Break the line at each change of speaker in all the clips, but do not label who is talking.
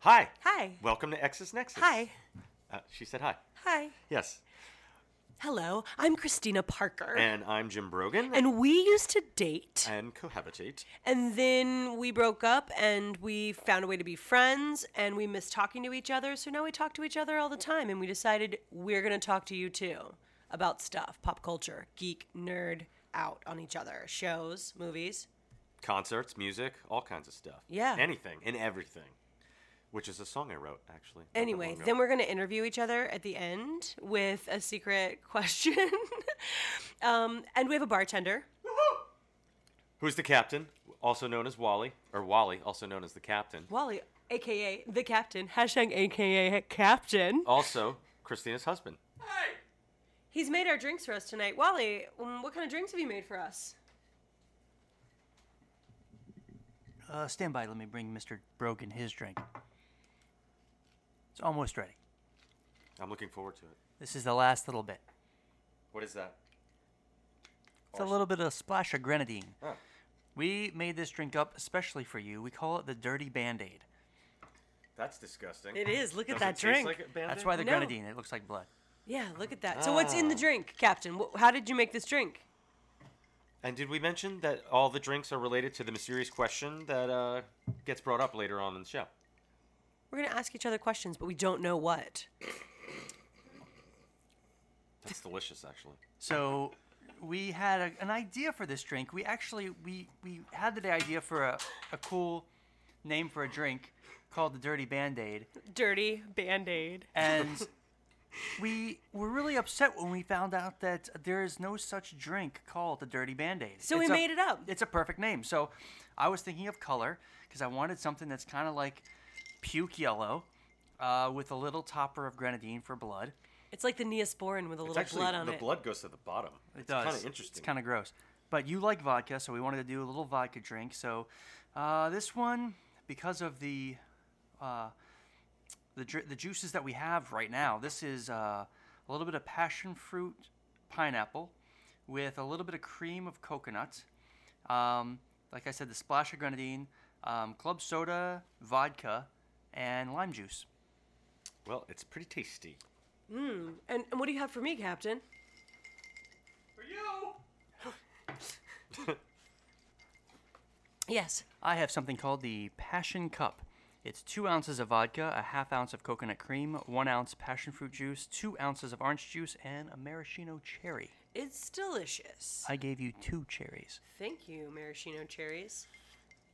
Hi.
Hi.
Welcome to Exes Nexus.
Hi.
Uh, she said hi.
Hi.
Yes.
Hello. I'm Christina Parker.
And I'm Jim Brogan.
Er. And we used to date.
and cohabitate.
And then we broke up and we found a way to be friends and we missed talking to each other. So now we talk to each other all the time and we decided we're going to talk to you too about stuff pop culture, geek, nerd, out on each other, shows, movies.
Concerts, music, all kinds of stuff.
Yeah.
Anything and everything. Which is a song I wrote, actually. not that long
Anyway,
ago.
then we're going to interview each other at the end with a secret question. um, and we have a bartender.
Who's the captain? Also known as Wally. Or Wally, also known as the captain.
Wally, aka the captain, hashtag aka captain.
Oh. Also, Christina's husband.
He's made our drinks for us tonight. Wally, um, what kind of drinks have you made for us?
Uh, stand by. Let me bring Mr. Brogan his drink. It's almost ready.
I'm looking forward to it.
This is the last little bit.
What is that?
It's a little bit of a splash of grenadine.
Oh.
We made this drink up especially for you. We call it the Dirty Band Aid.
That's disgusting.
It is. Look at
Does
that
it taste
drink.
like a Band-Aid?
That's why the
No.
grenadine. It looks like blood.
Yeah, look at that. So, what's in the drink, Captain? Wh- how did you make this drink?
And did we mention that all the drinks are related to the mysterious question that uh, gets brought up later on in the show?
We're going to ask each other questions, but we don't know what.
That's delicious, actually.
So we had a, an idea for this drink. We actually we we had the idea for a, a cool name for a drink called the Dirty Band Aid.
Dirty band aid.
and we were really upset when we found out that there is no such drink called the dirty band-aid
So we
a-
made it up.
it's a perfect name so i was thinking of color because i wanted something that's kind of like puke yellow uh, with a little topper of grenadine for blood
It's like the Neosporin with a little blood on
the
it.
blood goes to the bottom.
it
it's
does
kind of interesting.
it's kind of gross but you like vodka so we wanted to do a little vodka drink so uh, this one because of the uh, the, dri- the juices that we have right now. This is uh, a little bit of passion fruit pineapple with a little bit of cream of coconut. Um, like I said, the splash of grenadine, um, club soda, vodka, and lime juice.
well, it's pretty tasty.
And, and what do you have for me, Captain? For you! yes.
I have something called the Passion Cup. It's two ounces of vodka, a half ounce of coconut cream, one ounce passion fruit juice, two ounces of orange juice, and a maraschino cherry.
It's delicious.
I gave you two cherries.
Thank you, maraschino cherries.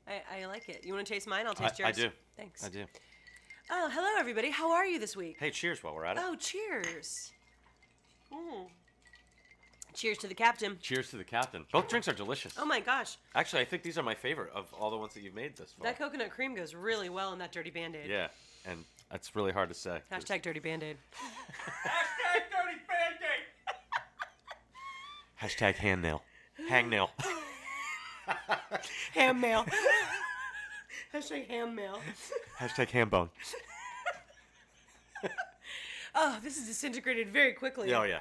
I, I like it. You want to taste mine? I'll taste
I, I
yours.
do.
Thanks.
I do.
Oh, hello, everybody. How are you this week?
Hey, cheers while we're at it.
Oh, cheers. Mm. Cheers to the captain.
Cheers to the captain. Both drinks are delicious.
Oh my gosh,
Actually, I think these are my favorite of all the ones that you've made this far.
that coconut cream goes really well in that dirty band aid.
Oh. yeah, and that's really hard to say.
Hashtag dirty band aid.
Hashtag hand nail. Hang nail.
Ham mail. Hashtag ham mail.
Hashtag hand bone.
Oh, this is disintegrated very quickly.
Yeah, oh, yeah.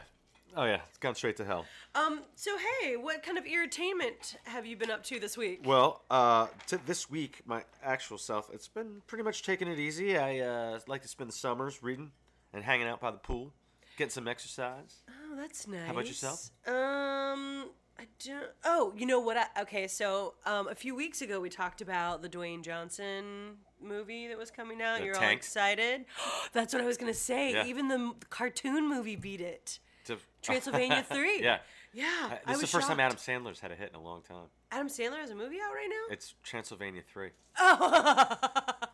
Oh, yeah. It's gone straight to hell.
Um. So hey, what kind of entertainment have you been up to this week?
Well, uh, to this week, my actual self, it's been pretty much taking it easy. I uh, like to spend the summers reading and hanging out by the pool, getting some exercise.
Oh, that's nice.
about yourself?
Um, I don't. Oh, you know what? I, okay, so um, a few weeks ago we talked about the Dwayne Johnson movie that was coming out.
The
You're all
Tank?
excited. that's what I was gonna say.
Yeah.
Even the m- cartoon movie beat it.
To-
Transylvania Three.
yeah.
Yeah.
Uh,
I
This
was
is the first time
shocked.
Adam Sandler's had a hit in a long time.
Adam Sandler has a movie out right now.
It's Transylvania 3.
Oh,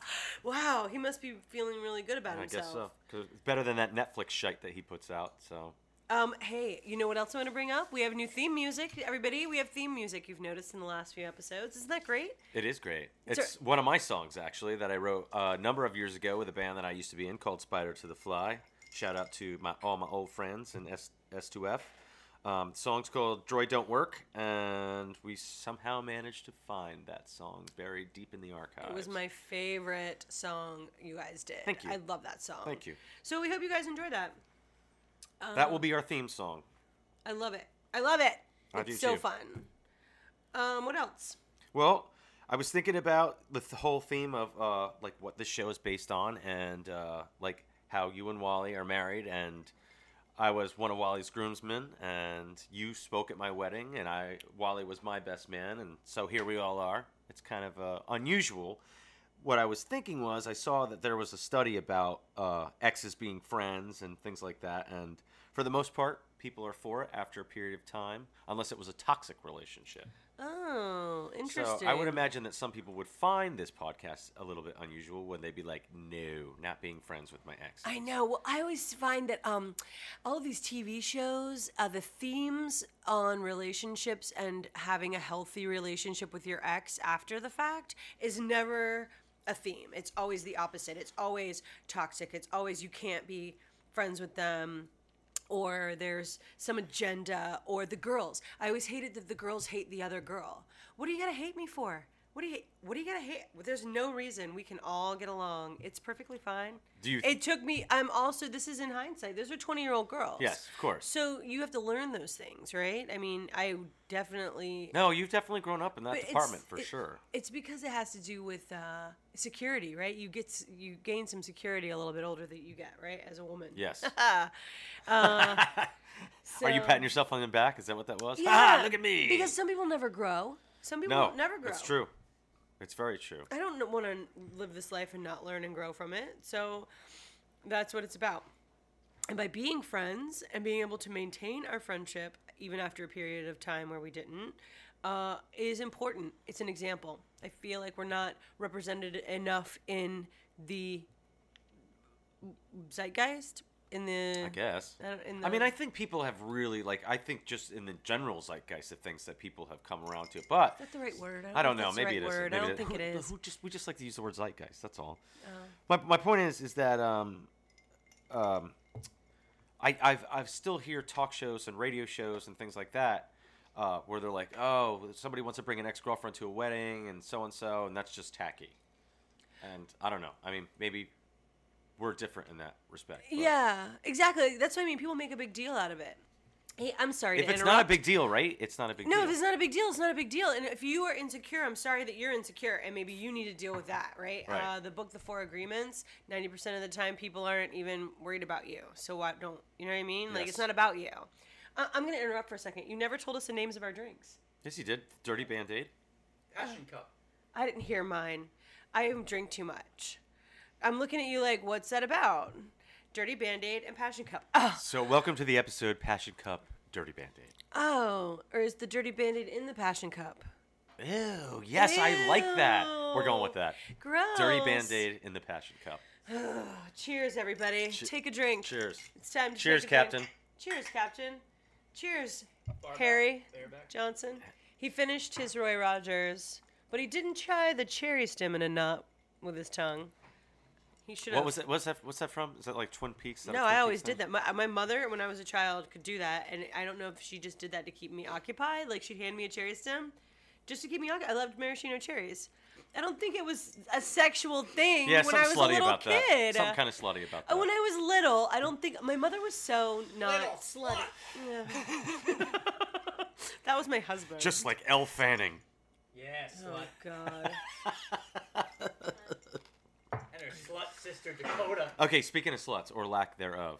wow. He must be feeling really good about
I
himself.
guess so. 'Cause it's better than that Netflix shite that he puts out. So
Um, hey, you know what else I want to bring up? We have new theme music, everybody. We have theme music you've noticed in the last few episodes. Isn't that great?
it is great.
It's
It's,
a-
one of my songs actually that I wrote a number of years ago with a band that I used to be in called Spider to the Fly. Shout out to my all my old friends in S S2F. Um, the song's called "Droid Don't Work," and we somehow managed to find that song buried deep in the archives.
It was my favorite song you guys did.
Thank you.
I love that song.
Thank you.
So we hope you guys enjoy that. Um,
that will be our theme song.
I love it. I love it.
I
it's
do
so
too.
fun. Um, what else?
Well, I was thinking about the th- whole theme of uh, like what this show is based on, and uh, like how you and Wally are married, and I was one of Wally's groomsmen, and you spoke at my wedding, and I Wally was my best man, and so here we all are. It's kind of uh, unusual. What I was thinking was, I saw that there was a study about uh, exes being friends and things like that, and for the most part, people are for it after a period of time, unless it was a toxic relationship.
Oh,
So
interesting.
I would imagine that some people would find this podcast a little bit unusual when they'd be like, "No, not being friends with my ex."
I know. Well, I always find that um, all of these TV shows, uh, the themes on relationships and having a healthy relationship with your ex after the fact is never a theme. It's always the opposite. It's always toxic. It's always you can't be friends with them or there's some agenda or the girls. I always hated that the girls hate the other girl. What are you gonna hate me for? What do you what are you gonna hate? There's no reason we can all get along. It's perfectly fine.
Do you-
it took me I'm also this is in hindsight. Those are 20-year-old girls.
Yes, of course.
So you have to learn those things, right? I mean, I definitely
no, you've definitely grown up in that
but it's-
department for
it-
sure.
It's because it has to do with uh, security, right? You get s- you gain some security a little bit older that you get, right? As a woman.
Yes.
Uh, So,
Are you patting yourself on the back? Is that what that was?
Yeah,
ah, look at me.
Because some people never grow. Some people
no,
never grow.
It's true. It's very true.
I don't want to live this life and not learn and grow from it. So that's what it's about. And by being friends and being able to maintain our friendship, even after a period of time where we didn't, uh, is important. It's an example. I feel like we're not represented enough in the zeitgeist, in the.
I guess.
I don't- in
I mean,
the-
I think people have really like. I think just in the general zeitgeist of things that people have come around to, but
Is that the right word?
I don't know.
think that's the
Maybe
right
it is.
word.
Maybe
I don't
it-
think it
who-
is. Oh.
Who just we just like to use the word zeitgeist. That's all. My my point is is that um, um, I I've I've still hear talk shows and radio shows and things like that. Uh, where they're like, oh, somebody wants to bring an ex girlfriend to a wedding and so and so, and that's just tacky. And I don't know. I mean, maybe we're different in that respect. but
Yeah, exactly. That's what I mean. People make a big deal out of it. Hey, I'm sorry.
If
to
it's
interrupt.
not a big deal, right? It's not a big
No,
deal.
if it's not a big deal, it's not a big deal. And if you are insecure, I'm sorry that you're insecure, and maybe you need to deal with that, right?
Right.
Uh, the book, The Four Agreements. Ninety percent of the time, people aren't even worried about you. So why don't you know what I mean? Like it's
Yes.
not about you. Uh, I'm gonna interrupt for a second. You never told us the names of our drinks.
Yes, you did. Dirty Band Aid.
Passion cup.
I didn't hear mine. I drink too much. I'm looking at you like, what's that about? Dirty Band Aid and Passion Cup. Oh,
So, welcome to the episode Passion Cup Dirty Band Aid.
oh, or is the Dirty Band Aid in the Passion Cup?
Ew, yes, I like that. We're going with that.
Gross.
Dirty band aid in the passion cup.
Cheers, everybody. Take a drink.
Cheers.
It's time to
Cheers,
take a drink.
Captain.
Cheers, Captain. Cheers, Harry Johnson. He finished his Roy Rogers, but he didn't try the cherry stem in a knot with his tongue. He should have.
What was that? What's that? What's that from? Is that like Twin Peaks? Is that a
No,
Twin
I
Peaks
always
thing?
did that. My, my mother, when I was a child, could do that, and I don't know if she just did that to keep me occupied. Like she'd hand me a cherry stem, just to keep me occupied. I loved maraschino cherries. I don't think it was a sexual thing
Yeah,
when
something
I was a
slutty
little
about
kid.
that. Something kind of slutty about
Uh,
that.
When I was little, I don't think my mother was so not slutty. Yeah. that was my husband.
Just like Elle Fanning.
Yes,
oh god.
and her slut sister Dakota.
Okay, speaking of sluts or lack thereof,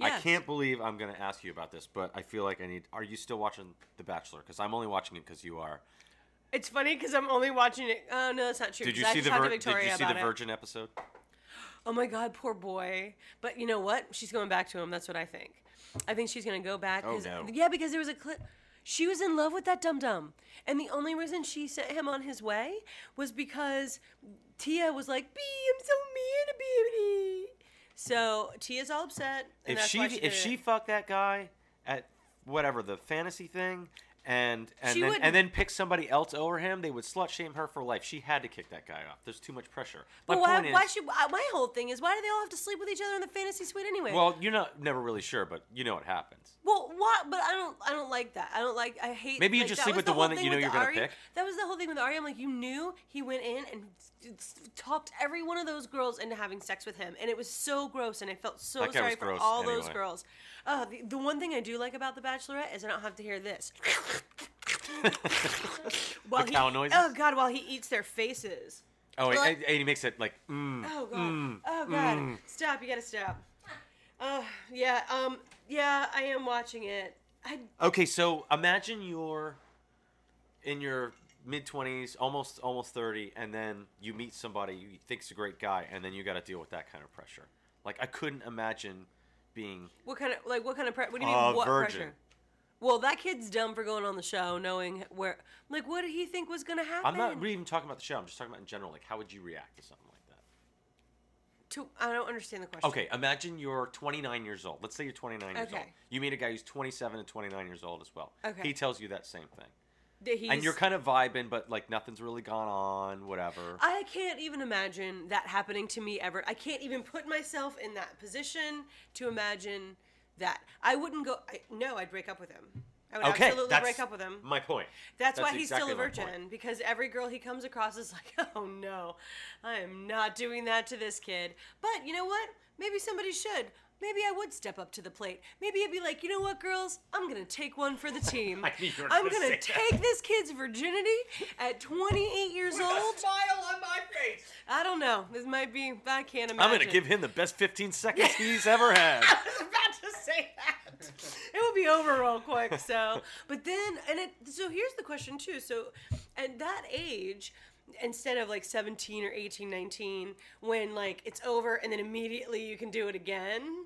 I
Yes.
can't believe I'm gonna ask you about this, but I feel like I need. Are you still watching The Bachelor? Because I'm only watching it because you are.
It's funny because I'm only watching it. Oh no, that's not true.
Did you
'cause I
see
just
the
talked to
vir- Did
Victoria
you see
about
the
it.
Virgin episode?
Oh my god, poor boy. But you know what? She's going back to him. That's what I think. I think she's gonna go back.
Oh,
'cause-
no.
Yeah, because there was a clip. She was in love with that dum dum, and the only reason she sent him on his way was because Tia was like, "B, I'm so mean to Beauty." So Tia's all upset. And
if
that's
she
why she did
if she
it.
fucked that guy at whatever the fantasy thing and and
She
then
wouldn't-
and then picked somebody else over him, they would slut shame her for life. She had to kick that guy off. There's too much pressure. My
But why?
point
why
is,
should? I- My whole thing is, why do they all have to sleep with each other in the fantasy suite anyway?
well, you're not never really sure, but you know what happens.
Well, why? But I don't. I don't like that. I don't like. I hate.
Maybe you
like,
just
that
sleep
was
with the
whole
one that
thing
you know
with
you're gonna
Ari.
pick.
That was the whole thing with Ari. I'm like, you knew he went in and s- s- topped every one of those girls into having sex with him, and it was so gross, and I felt so
That guy
sorry
was
for
gross
all those
anyway.
girls. Uh, the, the one thing I do like about The Bachelorette is I don't have to hear this. While
The
he-
cow noises?
Oh god, while he eats their faces.
Oh, wait,
Well,
and, and he makes it like, mm,
Oh god. Oh god. Stop, you gotta stop. Oh yeah, um yeah, I am watching it. I
okay. So imagine you're in your mid twenties, almost almost thirty, and then you meet somebody you think's a great guy, and then you got to deal with that kind of pressure. Like I couldn't imagine being
what kind of like what kind of pre- what do you mean
a
what
Uh, virgin.
pressure? Well, that kid's dumb for going on the show knowing where like what did he think was gonna happen?
I'm not really even talking about the show. I'm just talking about in general. Like, how would you react to something like that?
to, I don't understand the question.
Okay, imagine you're 29 years old. Let's say you're 29 years old.
Okay.
You meet a guy who's 27 and 29 years old as well.
Okay.
He tells you that same thing,
That he's,
and you're kind of vibing, but like nothing's really gone on. Whatever.
I can't even imagine that happening to me ever. I can't even put myself in that position to imagine that. I wouldn't go. I, no, I'd break up with him. I would
okay,
absolutely
that's
break up with him.
My point.
That's, why he's
exactly
still a
my point.
virgin because every girl he comes across is like, "Oh no, I am not doing that to this kid." But you know what? Maybe somebody should. Maybe I would step up to the plate. Maybe I'd be like, "You know what, girls? I'm going to take one for the team.
I knew you were
I'm
gonna
going to
say that."
take this kid's virginity at 28 years
With
old.
a smile on my face.
I don't know. This might be. I can't imagine.
I'm gonna give him the best 15 seconds he's ever had.
I was about to say that. It would be over real quick. So, but then, and it. So here's the question too. So, at that age, instead of like 17 or 18, 19, when like it's over and then immediately you can do it again.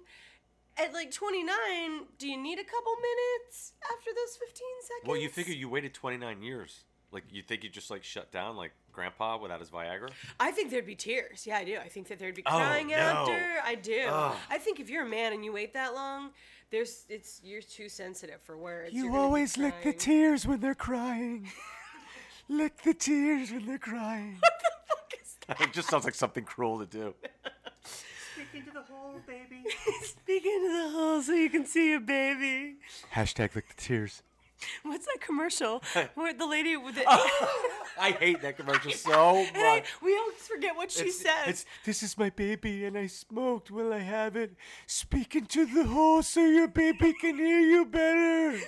At like 29, do you need a couple minutes after those 15 seconds?
Well, you figure you waited 29 years. Like, you think you just like shut down, like Grandpa without his Viagra?
I think there'd be tears. Yeah, I do. I think that there'd be
Oh,
crying
no.
after. I do.
Ugh.
I think if you're a man and you wait that long, there's it's you're too sensitive for words. You're
You
gonna be
always lick the
crying.
tears when they're crying. lick the tears when they're crying.
it just sounds like something cruel to do.
Speaking to the whole baby.
Speak into the hole so you can see your baby.
Hashtag lick the tears.
What's that commercial where the lady with the
Oh, I hate that commercial so
and I,
much.
we always forget what she says.
It's this is my baby and I smoked while I have it. Speaking to the hole so your baby can hear you better.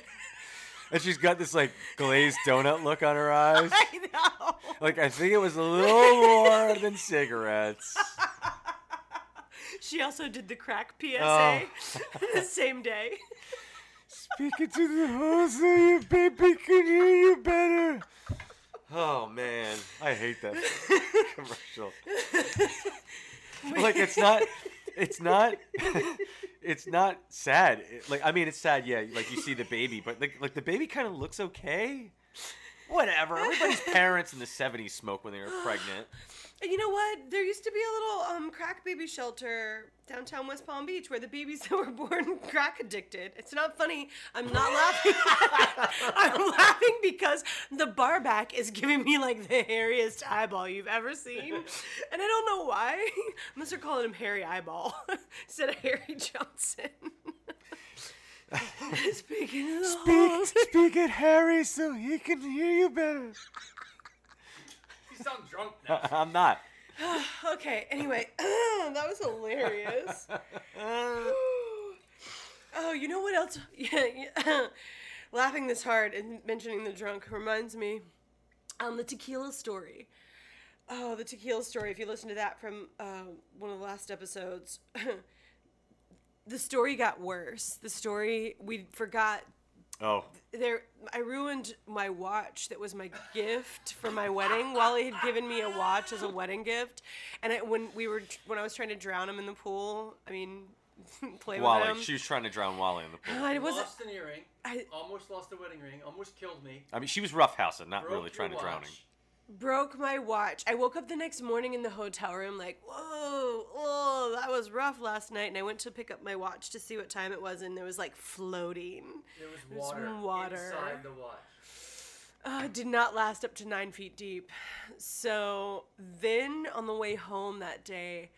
And she's got this like glazed donut look on her eyes.
I know.
Like I think it was a little more than cigarettes.
She also did the crack PSA
Oh.
the same day.
Speaking to the hole so your baby can hear you better.
Oh man, I hate that commercial. like it's not, it's not, it's not sad. It- like I mean, it's sad. Yeah, like you see the baby, but like like the baby kind of looks okay. Whatever. Everybody's parents in the '70s smoked when they were pregnant.
And you know what? There used to be a little um, crack baby shelter downtown West Palm Beach where the babies that were born crack addicted. It's not funny. I'm not laughing. I'm laughing because the bar back is giving me like the hairiest eyeball you've ever seen. And I don't know why. I must have called him Harry Eyeball instead of Harry Johnson. Speaking of the
Speak,
holes.
speak at Harry so he can hear you better.
You sound drunk now.
I'm not.
Okay, anyway, that was hilarious. oh, you know what else? Yeah, yeah. Laughing this hard and mentioning the drunk reminds me um, the tequila story. Oh, the tequila story. If you listen to that from um one of the last episodes, the story got worse. The story, we forgot
Oh,
there I ruined my watch that was my gift for my wedding. Wally had given me a watch as a wedding gift, and I, when we were when I was trying to drown him in the pool, I mean, play with him.
Wally. She was trying to drown Wally in the pool.
I was
lost an earring.
I-
almost lost a wedding ring. Almost killed me.
I mean, she was roughhousing, not
broke
really
your
trying to drown him.
watch.
broke my watch. I woke up the next morning in the hotel room like, whoa, oh, that was rough last night. And I went to pick up my watch to see what time it was, and there was like floating.
There was
There's
water,
water.
inside the watch.
Uh, it did not last up to nine feet deep. So then on the way home that day,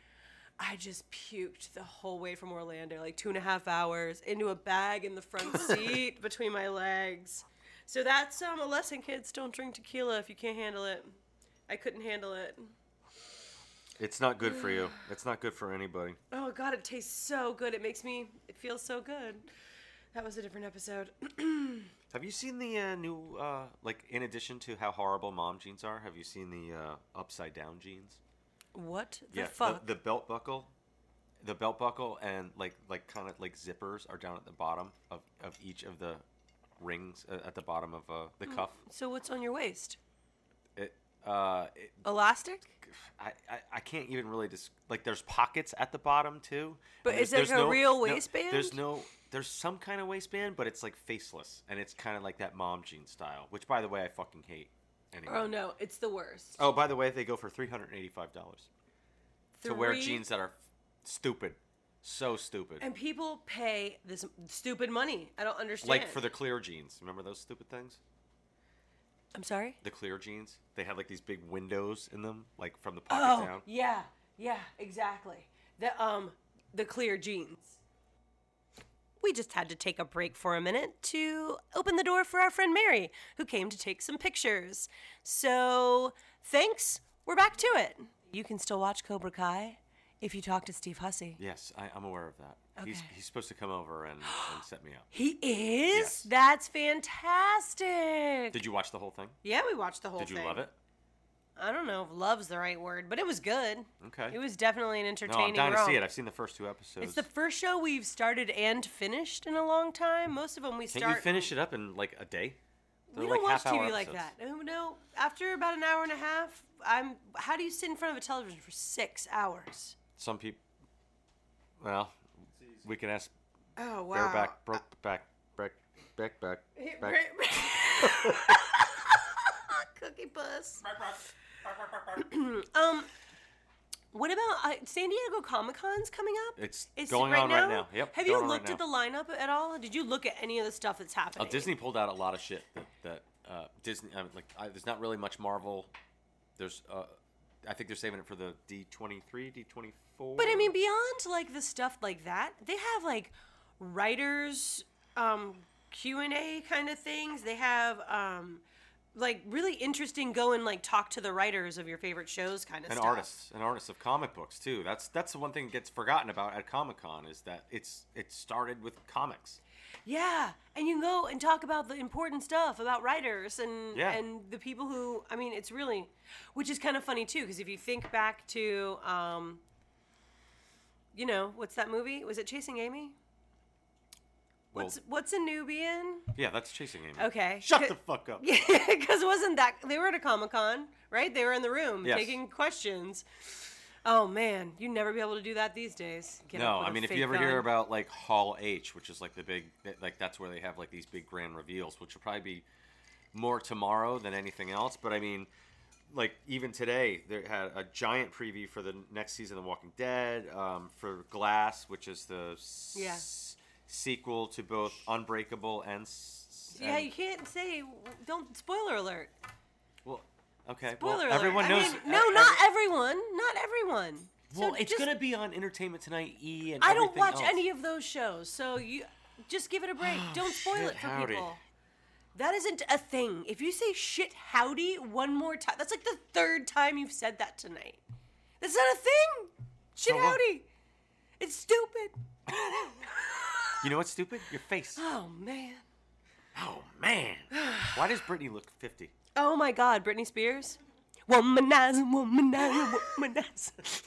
I just puked the whole way from Orlando, like two and a half hours, into a bag in the front seat between my legs. So that's um, a lesson, kids. Don't drink tequila if you can't handle it. I couldn't handle it.
It's not good for you. It's not good for anybody.
Oh God, it tastes so good. It makes me. It feels so good. That was a different episode.
Have you seen the uh, new, uh, like, in addition to how horrible mom jeans are, have you seen the uh, upside down jeans?
What the fuck?
The, the belt buckle, the belt buckle, and like like kind of like zippers are down at the bottom of, of each of the rings uh, at the bottom of uh,
Hmm.
the cuff.
so what's on your waist?
It, uh, it,
Elastic?
I, I I can't even really dis- like. There's pockets at the bottom too.
But
and
is
there's-
it
there's
a real
There's
waistband?
no. There's some kind of waistband, but it's like faceless, and it's kind of like that mom jean style, which by the way I fucking hate. Anyway.
Oh no, it's the worst.
Oh, by the way, they go for three hundred and eighty-five dollars to wear
Three-
jeans that are stupid, so stupid.
And people pay this stupid money. I don't understand.
like for the clear jeans. Remember those stupid things?
I'm sorry.
The clear jeans. They had like these big windows in them, like from the pocket
Oh
down.
yeah, yeah, exactly. The um the clear jeans. We just had to take a break for a minute to open the door for our friend Mary, who came to take some pictures. So thanks. We're back to it. You can still watch Cobra Kai if you talk to Steve Hussey.
Yes, I, I'm aware of that. He's
Okay.
he's supposed to come over and, and set me up.
He is.
Yes.
That's fantastic.
Did you watch the whole thing?
yeah, we watched the whole
Did
thing.
you love it?
I don't know if love's the right word, but it was good.
Okay.
It was definitely an
No, I'm
entertaining
dying to see
romp.
it. I've seen the first two episodes.
It's the first show we've started and finished in a long time. Most of them we
Can't
start.
you finish it up in like a day?
We
They're,
don't
like,
watch
half-hour
TV like that.
episodes.
No, no. After about an hour and a half, I'm. How do you sit in front of a television for six hours?
Some people. Well, we can ask
Oh wow.
bareback, broke back, back, back, back, back.
Cookie puss. um, what about uh, San Diego Comic Con's coming up?
It's
Is it
going
right
on
now?
right now. Yep.
Have
going
you
on
looked at
right now.
the lineup at all? Did you look at any of the stuff that's
Uh,
happening?
Disney pulled out a lot of shit that that uh, Disney I mean, like I, there's not really much Marvel. There's uh, I think they're saving it for the D twenty three, D twenty four.
But I mean, beyond like the stuff like that, they have like writers um, Q and A kind of things. They have um, like really interesting go and like talk to the writers of your favorite shows kind of
and
stuff.
artists and artists of comic books too. That's that's the one thing that gets forgotten about at Comic Con is that it's it started with comics.
Yeah, and you can go and talk about the important stuff about writers and
Yeah.
and the people who I mean, it's really, which is kind of funny too, because if you think back to, um, you know, what's that movie? Was it Chasing Amy?
Well,
What's what's a newbie in?
yeah, that's chasing Amy.
Okay.
Shut the fuck up.
because wasn't that they were at a comic con, right? They were in the room
Yes.
taking questions. Oh man, you'd never be able to do that these days. Get
No,
up with
I
a
mean if
fake
you ever hear
gun.
about like Hall H, which is like the big that- like that's where they have like these big grand reveals, which will probably be more tomorrow than anything else. But I mean, like even today they had a giant preview for the next season of The Walking Dead, um, for Glass, which is the s-
Yeah.
sequel to both Unbreakable and. s-
yeah,
and-
you can't say. Don't spoiler alert.
well, okay.
Spoiler
well,
alert.
everyone
I
knows.
mean,
e-
no,
every-
not everyone. Not everyone. So
Well, it's
just-
gonna be on Entertainment Tonight E and.
I don't
everything
watch
else.
any of those shows, so you just give it a break. don't spoil
shit,
it for
howdy.
people. That isn't a thing. If you say shit howdy one more time, that's like the third time you've said that tonight. That's not a thing. Shit
So what?
howdy. It's stupid.
You know what's stupid? Your face.
Oh man.
Oh man, why does Britney look fifty?
Oh my God, Britney Spears. Womanizer, womanizer, womanizer.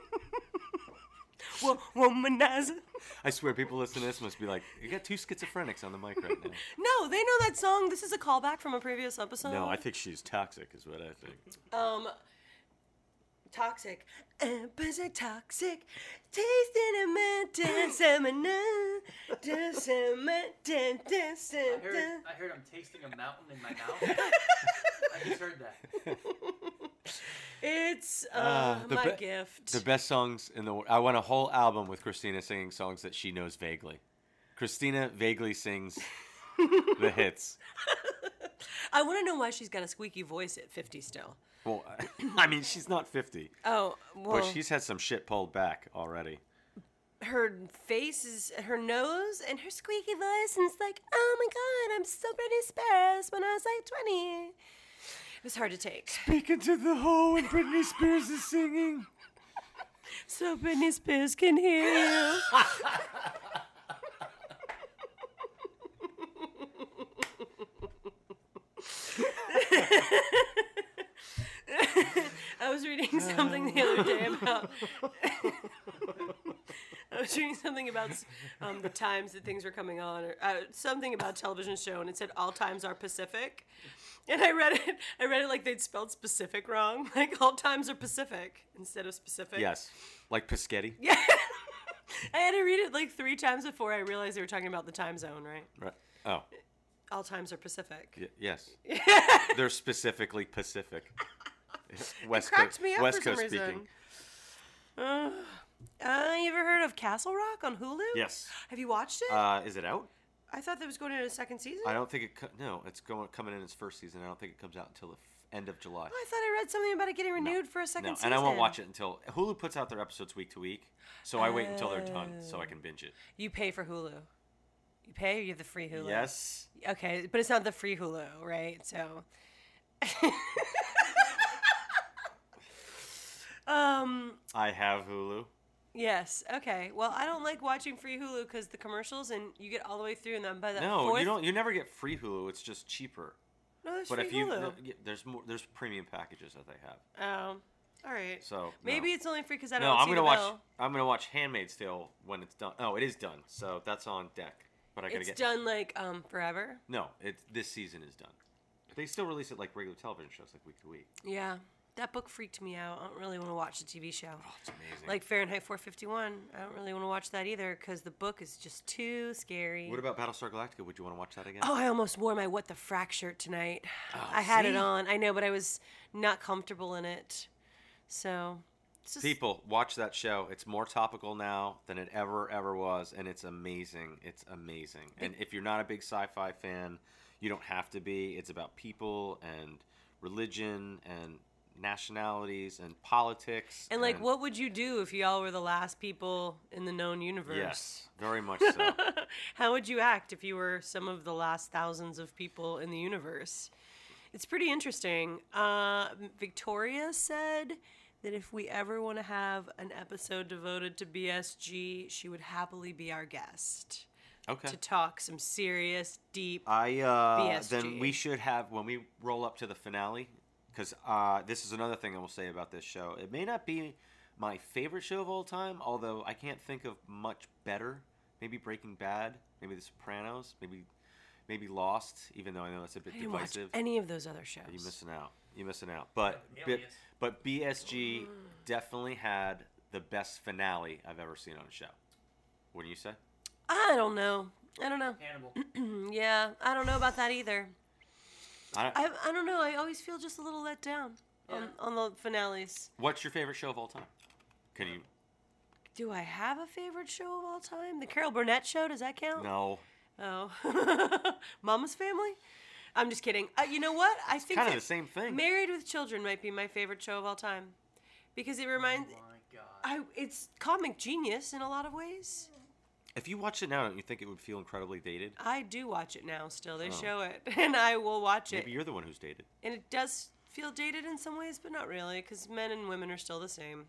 Wo- womanizer.
I swear, people listening to this must be like, "You got two schizophrenics on the mic right now."
No, they know that song. This is a callback from a previous episode.
no, I think she's toxic, is what I think.
Um, toxic. Empathic, toxic. Tasting a man, dancing a man, dancing a man, dan- dancing
I heard,
dan-
I heard I'm tasting a mountain in my mouth. I just heard that.
It's uh,
Uh, the
my
be-
gift.
The best songs in the world. I want a whole album with Christina singing songs that she knows vaguely. Christina vaguely sings the hits.
I want to know why she's got a squeaky voice at 50 still.
Well, I mean, she's not fifty,
Oh, well,
but she's had some shit pulled back already.
her face is her nose and her squeaky voice, and it's like, oh my god, I'm so Britney Spears when I was like 20. It was hard to take.
Speaking to the hole when Britney Spears is singing.
So Britney Spears can hear you. reading something the other day about. I was reading something about um, the times that things were coming on, or uh, something about a television show, and it said all times are Pacific, and I read it. I read it like they'd spelled specific wrong, like all times are Pacific instead of specific.
Yes, like Pischetti.
Yeah. I had to read it like three times before I realized they were talking about the time zone, right?
Right. Oh,
All times are Pacific.
y- yes. They're specifically Pacific. West
cracked
Coast,
me up
West
for some
Coast
reason.
speaking.
Uh, you ever heard of Castle Rock on Hulu?
Yes.
Have you watched it?
Uh, is it out?
I thought that was going into a second season.
I don't think it. Co- no, it's going coming in its first season. I don't think it comes out until the f- end of July.
I thought I read something about it getting renewed for a Oh, second
No,
season.
and I won't watch it until Hulu puts out their episodes week to week. So I wait until they're done so I can
Oh.
binge it.
You pay for Hulu. You pay or you have the free Hulu?
Yes.
Okay, but it's not the free Hulu, right? So. um.
I have Hulu.
Yes. Okay. Well, I don't like watching free Hulu because the commercials and you get all the way through and then by the
No,
fourth,
you don't. You never get free Hulu. It's just cheaper.
No, there's
But
free
if you
Hulu.
no, y- there's more there's premium packages that they have.
Oh, all right.
So no.
maybe it's only free because I don't.
no.
see
I'm gonna
the
watch.
bill.
I'm gonna watch Handmaid's Tale when it's done. Oh, it is done. So that's on deck. But I gotta
It's
get
done like um forever.
no. It's this season is done. They still release it like regular television shows, like week to week.
Yeah, that book freaked me out. I don't really want to watch the TV show.
Oh, it's amazing.
Like Fahrenheit 451, I don't really want to watch that either because the book is just too scary.
what about Battlestar Galactica? Would you want to watch that again?
Oh, I almost wore my What the Frack shirt tonight. I had it
Oh, see?
on. I know, but I was not comfortable in it. So, it's just,
People, watch that show. It's more topical now than it ever, ever was, and it's amazing. It's amazing. And if you're not a big sci fi fan, you don't have to be. It's about people and religion and nationalities and politics.
and like, what would you do if y'all were the last people in the known universe?
Yes, very much so.
How would you act if you were some of the last thousands of people in the universe? It's pretty interesting. Uh, Victoria said that if we ever want to have an episode devoted to BSG, she would happily be our guest
Okay.
to talk some serious, deep.
I uh,
BSG.
then we should have when we roll up to the finale because uh, this is another thing I will say about this show. It may not be my favorite show of all time, although I can't think of much better. Maybe Breaking Bad, maybe The Sopranos, maybe maybe Lost. Even though I know it's a bit
I didn't watch
divisive,
any of those other shows.
you're missing out. You're missing out. But but,
Alias.
but BSG definitely had the best finale I've ever seen on a show. What do you say?
I don't know. I don't know. Mm,
Hannibal.
Yeah, I don't know about that either.
I,
I, I don't know. I always feel just a little let down on, on the finales.
what's your favorite show of all time? Can you?
Do I have a favorite show of all time? The Carol Burnett show? Does that count?
No.
Oh, Mama's Family. I'm just kidding. Uh, you know what? I think
Kind of
that
the same thing.
Married with Children might be my favorite show of all time because it
Oh
reminds.
my god.
I, it's comic genius in a lot of ways.
If you watch it now, don't you think it would feel incredibly dated?
I do watch it now. Still, they show it, and I will watch it.
Oh. Maybe you're the one who's dated.
and it does feel dated in some ways, but not really, because men and women are still the same.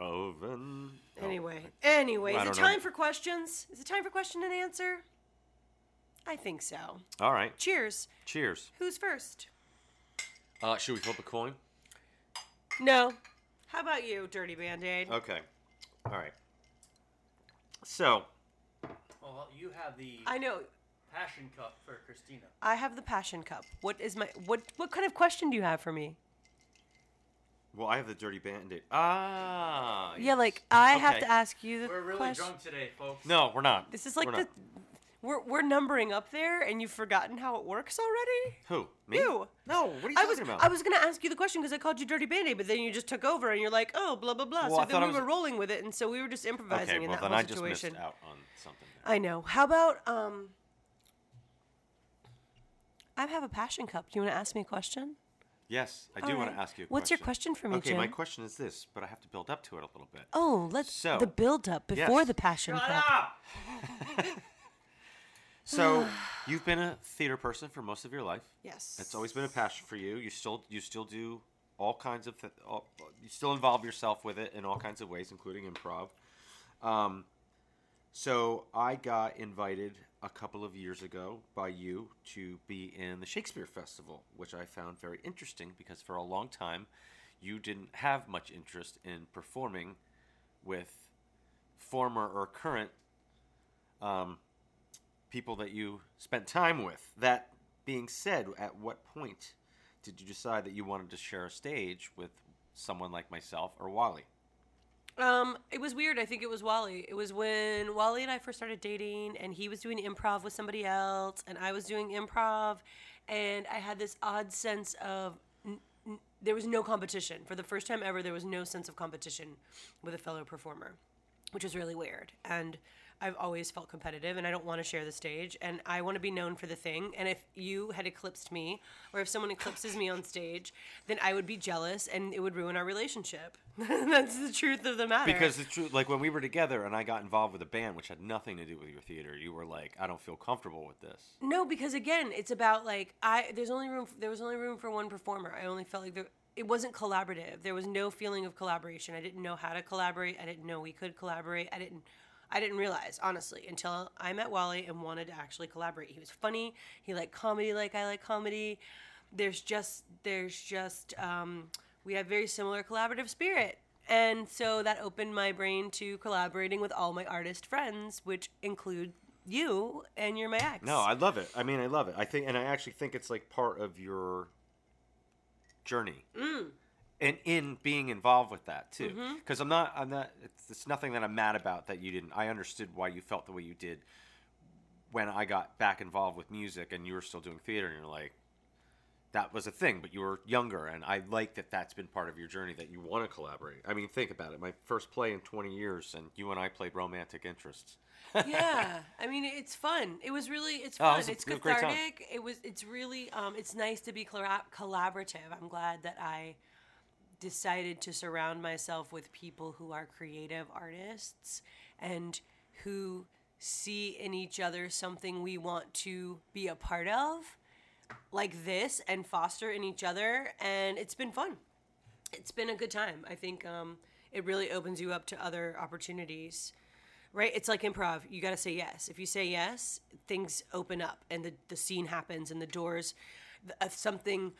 Love and
Anyway, anyway,
I
is it
don't know.
time for questions? Is it time for question and answer? I think so.
All right.
Cheers.
Cheers.
Who's first?
Uh, should we flip a coin?
No. How about you, Dirty Band Aid?
Okay. All right. So
Well, you have the
I know.
passion cup for Christina.
I have the passion cup. What is my what? What kind of question do you have for me?
well, I have the dirty bandit. Ah.
Yeah, like I have
Okay.
to ask you the
We're really
question.
drunk today, folks.
No, we're not.
This is like
we're
the
not.
we're we're numbering up there, and you've forgotten how it works already.
who me?
You.
No. What are you
I
talking
was
about?
I was gonna ask you the question because I called you Dirty Band Aid, but then you just took over and you're like, oh, blah blah blah.
Well, I
so
thought
then
I
we
was-
were rolling with it, and so we were just improvising
okay.
in
Well,
that
then
whole
I just
situation.
missed out on something. there.
I know. How about um? I have a passion cup. Do you want to ask me a question?
Yes, I do
All
want to
right.
ask you. A
What's your question for me,
Okay,
Jim?
my question is this, but I have to build up to it a little bit.
Oh, let's
So-
the build up before
Yes.
the passion
Shut
cup.
up!
So you've been a theater person for most of your life.
Yes.
It's always been a passion for you. You still you still do all kinds of th- all, you still involve yourself with it in all kinds of ways, including improv. Um, so I got invited a couple of years ago by you to be in the Shakespeare Festival, which I found very interesting because for a long time you didn't have much interest in performing with former or current um, people that you spent time with. That being said, at what point did you decide that you wanted to share a stage with someone like myself or Wally?
Um, it was weird. I think it was Wally. It was when Wally and I first started dating, and he was doing improv with somebody else, and I was doing improv, and I had this odd sense of n- n- there was no competition. For the first time ever, there was no sense of competition with a fellow performer, which was really weird. And I've always felt competitive, and I don't want to share the stage, and I want to be known for the thing. And if you had eclipsed me, or if someone eclipses me on stage, then I would be jealous, and it would ruin our relationship. That's the truth of the matter.
Because the truth, like when we were together and I got involved with a band, which had nothing to do with your theater, you were like, I don't feel comfortable with this.
No, because again, it's about like I there's only room there was only room for one performer. I only felt like there it wasn't collaborative. There was no feeling of collaboration. I didn't know how to collaborate. I didn't know we could collaborate. I didn't I didn't realize honestly until I met Wally and wanted to actually collaborate. He was funny. He liked comedy like I like comedy. There's just there's just um, we have very similar collaborative spirit. And so that opened my brain to collaborating with all my artist friends, which include you and you're my ex.
No, I love it. I mean, I love it. I think, and I actually think it's like part of your journey, and in being involved with that too. Because I'm not, I'm not. It's, it's nothing that I'm mad about that you didn't. I understood why you felt the way you did when I got back involved with music, and you were still doing theater, and you're like, that was a thing, but you were younger, and I like that. That's been part of your journey that you want to collaborate. I mean, think about it. My first play in 20 years, and you and I played romantic interests.
yeah i mean it's fun it was really it's
Oh, it
fun
was a-
it's
it was a great time.
cathartic it was it's really um it's nice to be collab collaborative i'm glad that i decided to surround myself with people who are creative artists and who see in each other something we want to be a part of like this and foster in each other and it's been fun it's been a good time i think um it really opens you up to other opportunities Right? It's like improv. You got to say yes. If you say yes, things open up and the, the scene happens and the doors, the, uh, something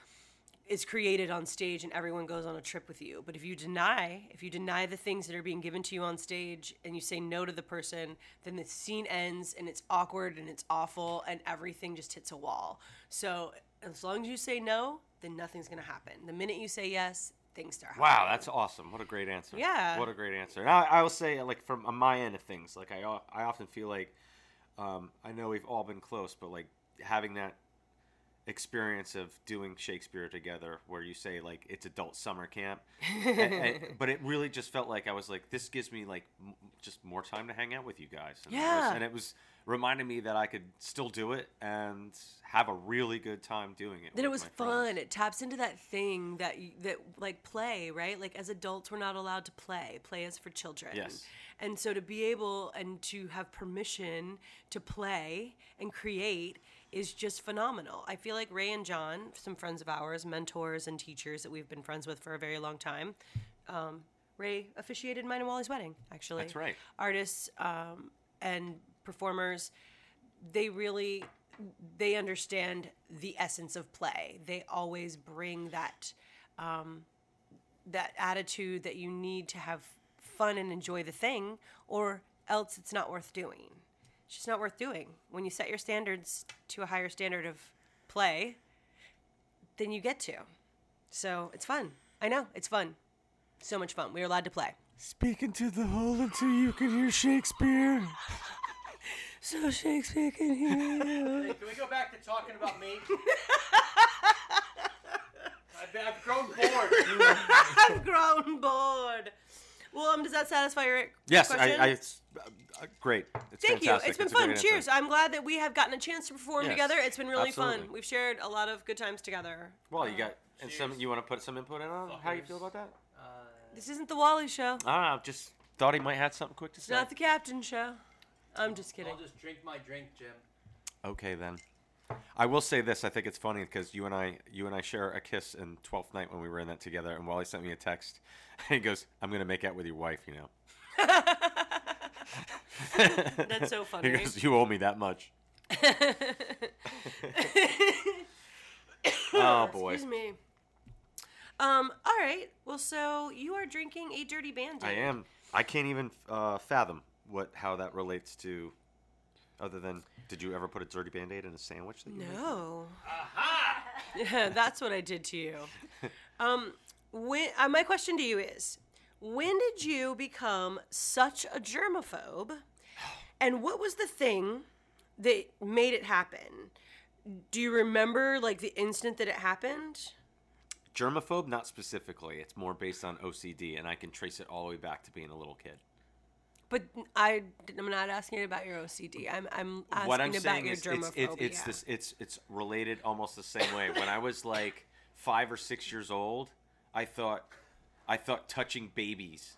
is created on stage and everyone goes on a trip with you. But if you deny, if you deny the things that are being given to you on stage and you say no to the person, then the scene ends and it's awkward and it's awful and everything just hits a wall. So as long as you say no, then nothing's going to happen. The minute you say yes, things start happening.
Wow, that's awesome. What a great answer.
Yeah.
What a great answer. And I, I will say, like, from on my end of things, like, I, o- I often feel like, um, I know we've all been close, but, like, having that experience of doing Shakespeare together, where you say, like, it's adult summer camp. and- and- but it really just felt like I was like, this gives me, like, m- just more time to hang out with you guys. And It was,
Yeah.
and it was reminding me that I could still do it and have a really good time doing it.
Then
with
it was
my friends.
fun. It taps into that thing that y- that like play, right? Like as adults, we're not allowed to play. Play is for children.
Yes.
And so to be able and to have permission to play and create is just phenomenal. I feel like Ray and John, some friends of ours, mentors and teachers that we've been friends with for a very long time. Um, Ray officiated mine and Wally's wedding, actually.
That's right.
Artists um, and performers they really they understand the essence of play they always bring that um, that attitude that you need to have fun and enjoy the thing or else it's not worth doing it's just not worth doing when you set your standards to a higher standard of play then you get to so it's fun i know it's fun so much fun we were allowed to play
Speaking to the hole until you can hear Shakespeare.
so shakespeare can hear
Hey, can we go back to talking about me? I've, I've grown bored.
I've grown bored. Well, um, does that satisfy your
Yes, I,
question?
I, it's uh, uh, great. It's
Thank you.
fantastic.
It's been
a great
fun.
answer.
Cheers. I'm glad that we have gotten a chance to perform
Yes,
together. It's been really fun.
absolutely.
We've shared a lot of good times together.
Well, you got and some.
Cheers.
You want to put some input in on how you feel about that?
Uh,
This isn't the Wally show. It's
I don't know. Just thought he might have something quick to say.
not the Captain show. I'm just kidding.
I'll just drink my drink, Jim.
okay then. I will say this. I think it's funny because you and I, you and I share a kiss in Twelfth Night when we were in that together. And Wally sent me a text. And he goes, "I'm gonna make out with your wife," you know.
That's so
He
funny.
goes, "You owe me that much." oh boy. Oh,
Excuse me. Um, all right. Well, so you are drinking a dirty bandit.
I am. I can't even uh, fathom what how that relates to. Other than, did you ever put a dirty band-aid in a sandwich? That you made?
No. Aha! That's what I did to you. Um, when uh, my question to you is, when did you become such a germaphobe, and what was the thing that made it happen? Do you remember like the instant that it happened?
Germaphobe, not specifically. It's more based on OCD, and I can trace it all the way back to being a little kid.
But I, I'm not asking about your OCD. I'm, I'm asking
what I'm
about
saying
your
is, it's,
germophobia.
it's, it's this, it's it's related almost the same way. when I was like five or six years old, I thought, I thought touching babies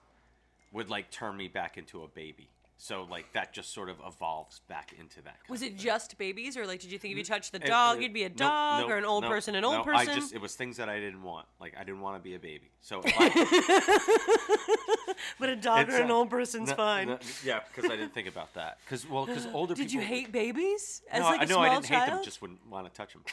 would like turn me back into a baby. So like that just sort of evolves back into that.
Was it just babies, or like, did you think if you touched the
It-
dog,
it-
you'd be a
no,
dog,
no,
or an old
no,
person, an old
no,
person?
I just it was things that I didn't want. Like I didn't want to be a baby. So if I,
but a dog or
it's,
an
uh,
old person's
no,
fine.
no, yeah, because I didn't think about that. Because well, because older
Did you
people.
hate babies as
No,
like
I
a
no,
small
I didn't
child?
hate them. Just wouldn't want to touch them.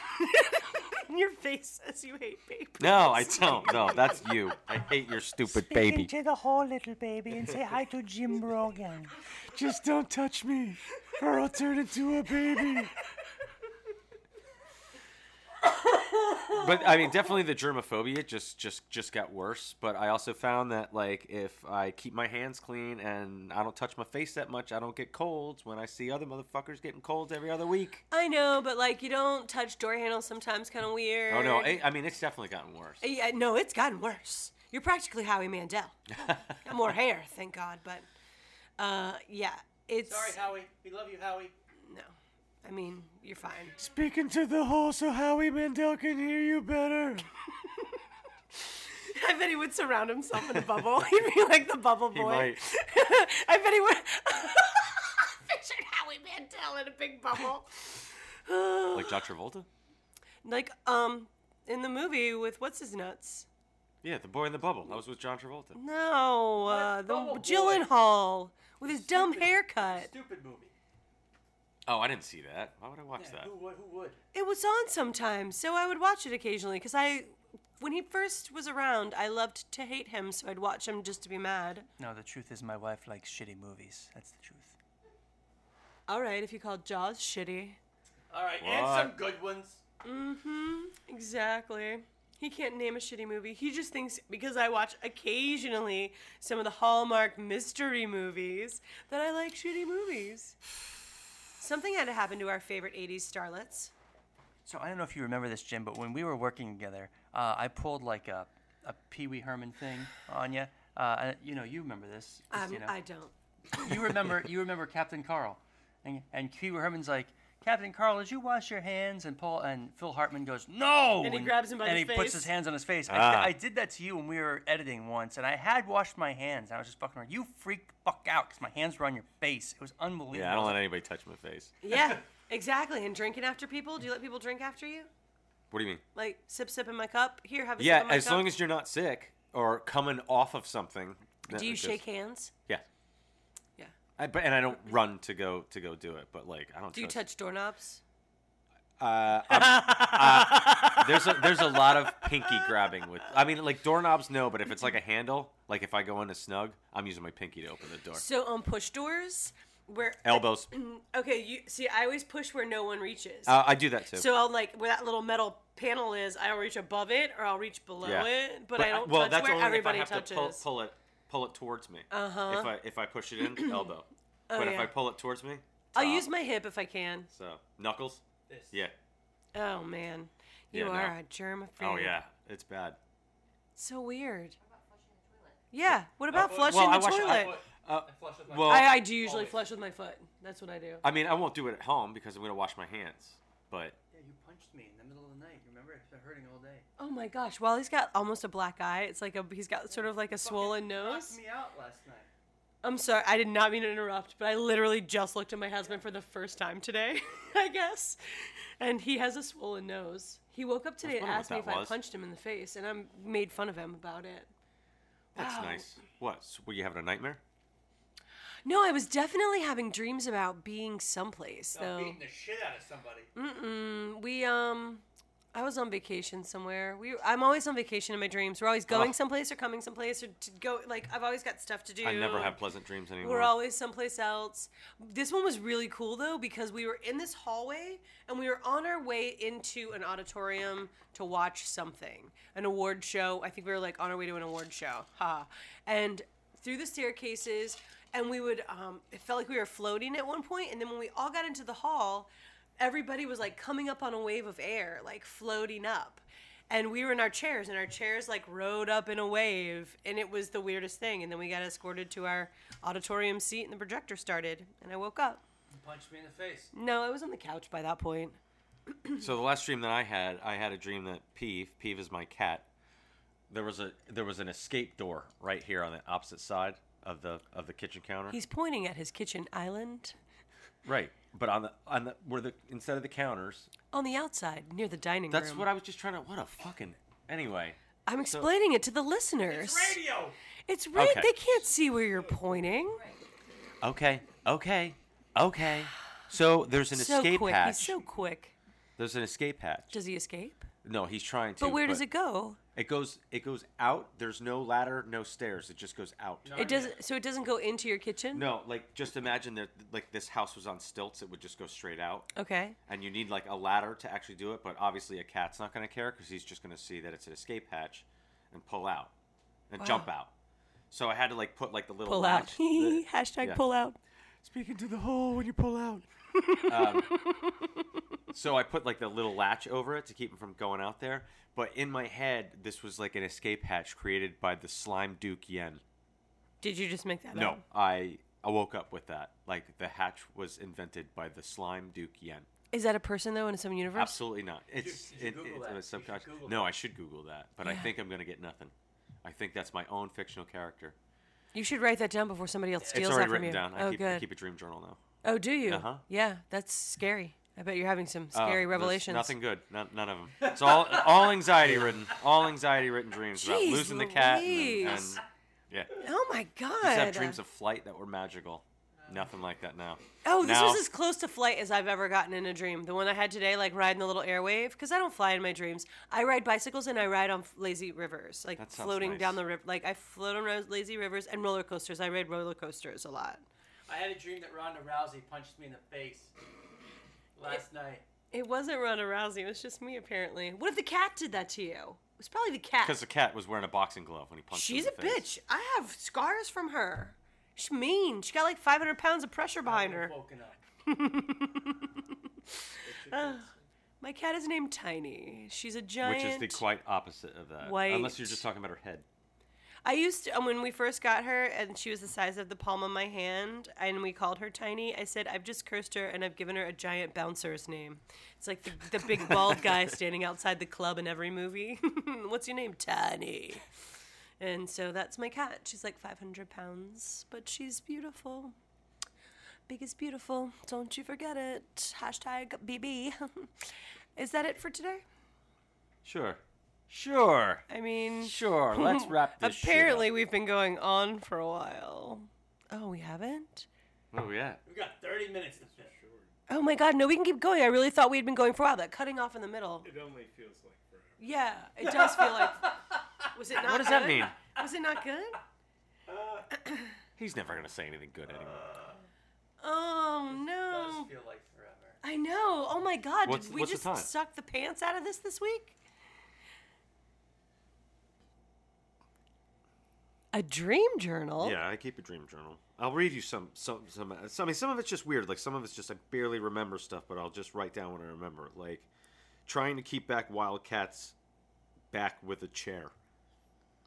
Your face says you hate babies.
No, I don't. No, that's you. I hate your stupid baby.
Into the whole little baby and say hi to Jim Brogan. Just don't touch me, or I'll turn into a baby.
but I mean, definitely the germophobia just just just got worse. But I also found that like if I keep my hands clean and I don't touch my face that much, I don't get colds. When I see other motherfuckers getting colds every other week.
I know, but like, you don't touch door handles. Sometimes, kind of weird. Eh,
Oh no, I, I mean it's definitely gotten worse.
yeah, no, it's gotten worse. You're practically Howie Mandel. Got more hair, thank God. But uh, yeah, it's
Sorry, Howie. We love you, Howie.
no. I mean, you're fine.
Speaking to the hole so Howie Mandel can hear you better.
I bet he would surround himself in a bubble. He'd be like the bubble boy.
might.
I bet he would. Pictured Howie Mandel in a big bubble.
Like John Travolta.
Like, um, in the movie with what's his nuts?
Yeah, the boy in the bubble. That was with John Travolta.
No, uh,
What
the
bubble boy?
Gyllenhaal with his dumb
Stupid-
haircut.
Stupid movie.
Oh, I didn't see that. Why would I watch
Yeah,
that?
Who would? Who would?
It was on sometimes, so I would watch it occasionally because I, when he first was around, I loved to hate him, so I'd watch him just to be mad.
No, the truth is my wife likes shitty movies. That's the truth.
All right, if you call Jaws shitty.
All right, and
What?
some good ones.
Exactly. He can't name a shitty movie. He just thinks because I watch occasionally some of the Hallmark mystery movies that I like shitty movies. Something had to happen to our favorite 80s starlets.
So I don't know if you remember this, Jim, but when we were working together, uh, I pulled like a, a Pee Wee Herman thing on you. Uh, and, you know, you remember this.
Um,
Christina.
I don't.
you remember you remember Captain Carl, and and Pee Wee Herman's like. Captain Carl, did you wash your hands? And Paul and Phil Hartman goes, "No!"
And he grabs him by
and
the
he puts
face.
his hands on his face. I,
Ah.
I did that to you when we were editing once, and I had washed my hands. And I was just fucking around. You freaked the fuck out because my hands were on your face. It was unbelievable.
Yeah, I don't let anybody touch my face.
Yeah, exactly. And drinking after people? Do you let people drink after you?
What do you mean?
Like, sip, sip in my cup. Here, have a sip
Yeah,
in my
as
cup.
long as you're not sick or coming off of something. that
Do you
just-
shake hands?
Yeah.
Yeah.
I, but, and I don't run to go to go do it, but like I don't.
Do you
trust-
touch doorknobs?
Uh, I'm- uh, there's a there's a lot of pinky grabbing with. I mean, like doorknobs, no, but if it's like a handle, like if I go in a snug, I'm using my pinky to open the door.
So Mm. on push doors, where
Elbows.
okay, you see, I always push where no one reaches.
Uh, I do that too.
So I'll like where that little metal panel is, I'll reach above it or I'll reach below
Yeah.
it, but, I
uh,
don't
well,
touch
that's
where
only
everybody
if I have
touches. Uh-huh.
to pull, pull it pull it towards me. Uh huh. If I if I push it in, elbow. but if
Oh, yeah.
I pull it towards me,
I'll use my hip if I can.
so knuckles.
This.
Yeah.
Oh man, you
Yeah,
are
no.
a germaphobe.
Oh yeah, it's bad.
so weird. Yeah. What about
well,
flushing
well, I
the
wash- I-
toilet?
What?
Uh,
I flush with my
well-
I, I do usually
Always.
flush with my foot. That's what I do.
I mean, I won't do it at home because I'm gonna wash my hands. But
Yeah, you punched me in the middle of the night. Remember, it's been hurting all day.
Oh my gosh! While he's got almost a black eye, it's like a he's got sort of like a swollen
Knocked
nose.
me out last night.
I'm sorry, I did not mean to interrupt, but I literally just looked at my husband for the first time today, I guess. And he has a swollen nose. He woke up today and
wondering
asked
what
me if
that
I
was.
punched him in the face, and I am made fun of him about it.
that's
Wow.
nice. What? So were you having a nightmare?
No, I was definitely having dreams about being someplace,
I'm
though. Mm.
beating the shit out of somebody.
We, um, I was on vacation somewhere. We I'm always on vacation in my dreams. We're always going someplace or coming someplace or to go like I've always got stuff to do.
I never have pleasant dreams anymore.
We're always someplace else. This one was really cool though because we were in this hallway and we were on our way into an auditorium to watch something, an award show. I think we were like on our way to an award show. Ha. And through the staircases and we would um it felt like we were floating at one point and then when we all got into the hall, everybody was like coming up on a wave of air, like floating up. And we were in our chairs, and our chairs like rode up in a wave, and it was the weirdest thing. And then we got escorted to our auditorium seat, and the projector started, and I woke up.
You punched me in the face.
No, I was on the couch by that point.
So the last dream that I had, I had a dream that Peeve, Peeve is my cat. There was a there was an escape door right here on the opposite side of the of the kitchen counter.
He's pointing at his kitchen island
right, but on the on the where the instead of the counters.
on the outside near the dining
That's
room.
what I was just trying to. What a fucking anyway.
I, am explaining it to the listeners. It's radio. It's right.
Okay.
They can't see where you're pointing.
Okay, okay, okay. So there's an
so
escape
quick.
hatch.
He's so quick.
there's an escape hatch.
Does he escape?
No, he's trying to.
But where does it go?
It goes. It goes out. There's no ladder, no stairs. It just goes out.
It doesn't. So it doesn't go into your kitchen.
Oh, No, like just imagine that like this house was on stilts, it would just go straight out.
Okay.
And you need like a ladder to actually do it, but obviously a cat's not going to care because he's just going to see that it's an escape hatch and pull out and jump out. So I had to like put like the little
Pull out.
latch- the-
Hashtag
yeah.
pull out.
Speaking to the hole when you pull out.
Um, So I put like the little latch over it to keep him from going out there. But in my head, this was like an escape hatch created by the slime Duke Yen.
Did you just make that
No,
up?
I I woke up with that. Like the hatch was invented by the slime Duke Yen.
Is that a person though in some universe?
Absolutely not. It's
should
it,
Google
it's
that.
a
You should
subconscious.
Google
No, I should Google that, but I
Yeah.
think I'm gonna get nothing. I think that's my own fictional character.
You should write that down before somebody else steals
it's already
that from
written
you.
down. I,
oh,
keep, I
good.
keep a dream journal now.
oh, do you?
Uh-huh.
Yeah, that's scary. I bet you're having some
Uh,
scary
there's
revelations.
Nothing good. None, none of them. It's all all anxiety ridden. All anxiety ridden dreams about
Jeez
losing the cat. And, and
Louise.
yeah,
Oh my god.
I have dreams of flight that were magical. Nothing like that now.
oh, this
now,
was as close to flight as I've ever gotten in a dream. The one I had today, like riding the little airwave, because I don't fly in my dreams. I ride bicycles and I ride on f- lazy rivers, like
That sounds
floating
nice.
down the river. Like I float on ro- lazy rivers and roller coasters. I ride roller coasters a lot.
I had a dream that Ronda Rousey punched me in the face last night.
It wasn't Ronda Rousey. It was just me, apparently. What if the cat did that to you? It was probably the cat.
because the cat was wearing a boxing glove when he punched. her
She's a
in the
bitch.
face.
I have scars from her. She's mean. She got like 500 pounds of pressure behind
Oh,
I would've
her.
Woken up.
My cat is named Tiny. She's a giant.
Which is the quite opposite of that. Unless you're
white-
just talking about her head.
I used to, um, when we first got her and she was the size of the palm of my hand and we called her Tiny, I said, I've just cursed her and I've given her a giant bouncer's name. It's like the, the big bald guy standing outside the club in every movie. What's your name? Tiny. And so that's my cat. She's like 500 pounds, but she's beautiful. Big is beautiful. Don't you forget it. Hashtag BB. is that it for today?
Sure. Sure.
I mean,
Sure, let's wrap this shit up.
Apparently, we've been going on for a while. Oh, we haven't?
Where we at?
We got 30 minutes to finish.
Oh my god, no, we can keep going. I really thought we'd been going for a while. That cutting off in the middle.
It only feels like forever.
Yeah, it does feel like. Was it not
What does that
good?
mean?
Was it not good?
He's never gonna say anything good anymore.
Oh
does
no.
feel like forever.
I know. Oh my god,
What's-
did we
what's the
just
time?
suck the pants out of this this week? A dream journal?
Yeah, I keep a dream journal. I'll read you some, some, some. uh, some- I mean, some of it's just weird. Like some of it's just I barely remember stuff, but I'll just write down what I remember. Like trying to keep back wildcats back with a chair.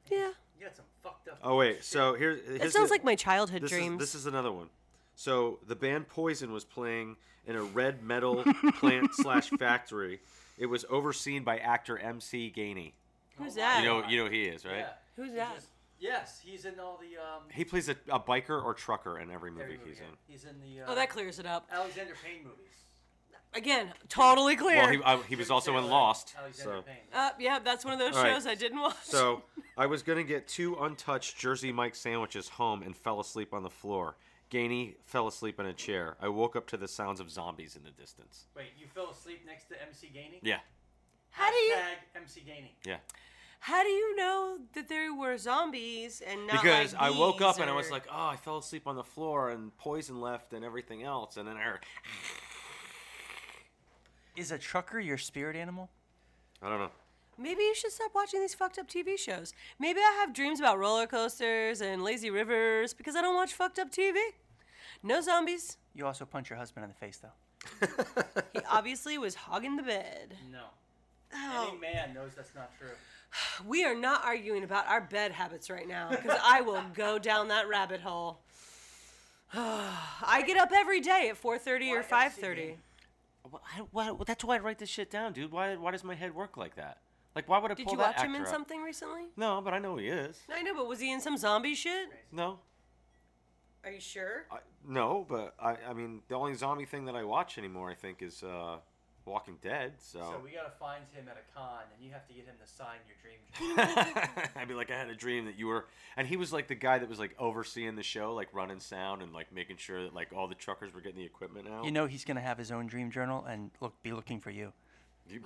Yeah.
You got some fucked up.
Oh wait, so here.
That
here's
sounds
the-
like my childhood
this
dreams.
Is, this is another one. So the band Poison was playing in a red metal plant slash factory. It was overseen by actor MC Gainey.
Who's that?
You know, you know who he is, right?
Yeah.
Who's
He
that?
just- yes, he's in all the. Um,
He plays a, a biker or trucker in every movie,
every movie,
he's
yeah.
in.
He's in the. Uh,
oh, that clears it up.
Alexander Payne movies.
Again, totally clear.
Well, he, I, he was
Jerry
also in
Taylor,
Lost.
uh, Alexander
So.
Payne.
Uh, yeah, that's one of those
All right.
shows I didn't watch.
so I was going to get two untouched Jersey Mike sandwiches home and fell asleep on the floor. Gainey fell asleep in a chair. I woke up to the sounds of zombies in the distance.
Wait, you fell asleep next to MC Gainey?
Yeah.
How do you
Hashtag MC Gainey.
Yeah.
how do you know that there were zombies and not
Because
like
I woke
bees
up and I was
or-
like, oh, I fell asleep on the floor and poison left and everything else. And then I heard,
Is a trucker your spirit animal?
I don't know.
maybe you should stop watching these fucked up TV shows. Maybe I have dreams about roller coasters and lazy rivers because I don't watch fucked up TV. No zombies.
You also punch your husband in the face, though.
He obviously was hogging the bed.
No.
Oh.
Any man knows that's not true.
We are not arguing about our bed habits right now because I will go down that rabbit hole. I get up every day at 4:30 or
Why gotta see
5:30.
me?
Why, why, that's why I write this shit down, dude. Why, why does my head work like that? Like, why would I
Did
pull
you
that
watch him in
actor up?
something recently?
No, but I know who he is.
I know, but was he in some zombie shit?
No,
Are you sure?
I, no, but I, I mean, the only zombie thing that I watch anymore, I think, is uh, Walking Dead. So,
So we gotta find him at a con, and you have to get him to sign your dream job.
I'd be like, I had a dream that you were, and he was like the guy that was like overseeing the show, like running sound and like making sure that like all the truckers were getting the equipment out.
You know he's gonna have his own dream journal and look be looking for you.
You-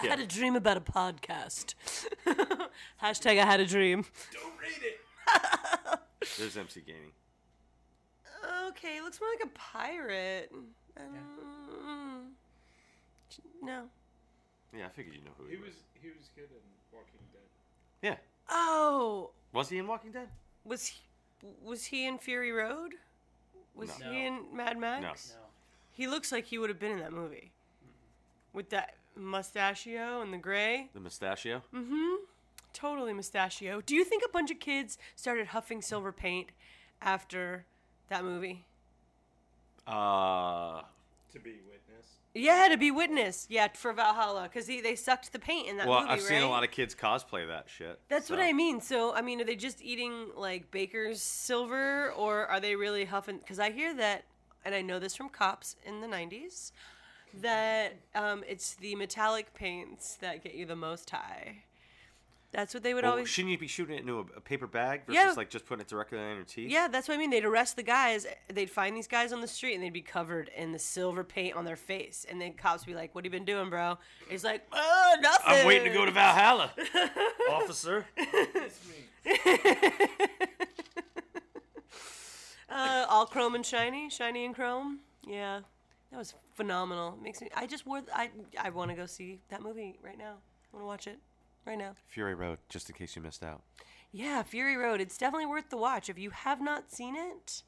I
yeah.
had a dream about a podcast. Hashtag I had a dream.
There's MC Gaming.
Okay, looks more like a pirate. Um, no.
Yeah, I figured you know who he,
He was he was good in Walking Dead.
Yeah,
Oh,
was he in Walking Dead?
was he, was he in Fury Road? Was
No.
he in Mad Max?
No.
He looks like he would have been in that movie. With that mustachio and the gray.
The mustachio.
Hmm. Totally mustachio. Do you think a bunch of kids started huffing silver paint after that movie?
Uh,
To be witnessed.
Yeah, to be witness. Yeah, for Valhalla, because they sucked the paint in that
well,
movie.
I've seen a
right?
lot of kids cosplay that shit.
That's what
so-
I mean. So, I mean, are they just eating like baker's silver or are they really huffing? Because I hear that, and I know this from cops in the 90s, that um, it's the metallic paints that get you the most high. That's what they would
Well,
always.
Shouldn't you be shooting it into a, a paper bag versus
Yeah.
like just putting it directly on your teeth?
yeah, that's what I mean. They'd arrest the guys. They'd find these guys on the street and they'd be covered in the silver paint on their face. And then cops would be like, What have you been doing, bro? He's like, Oh, nothing.
I'm waiting to go to Valhalla, officer.
Uh, all chrome and shiny, shiny and chrome. Yeah, that was phenomenal. Makes me. I just wore. I I want to go see that movie right now. I want to watch it right now.
Fury Road, just in case you missed out.
Yeah, Fury Road. It's definitely worth the watch. If you have not seen it,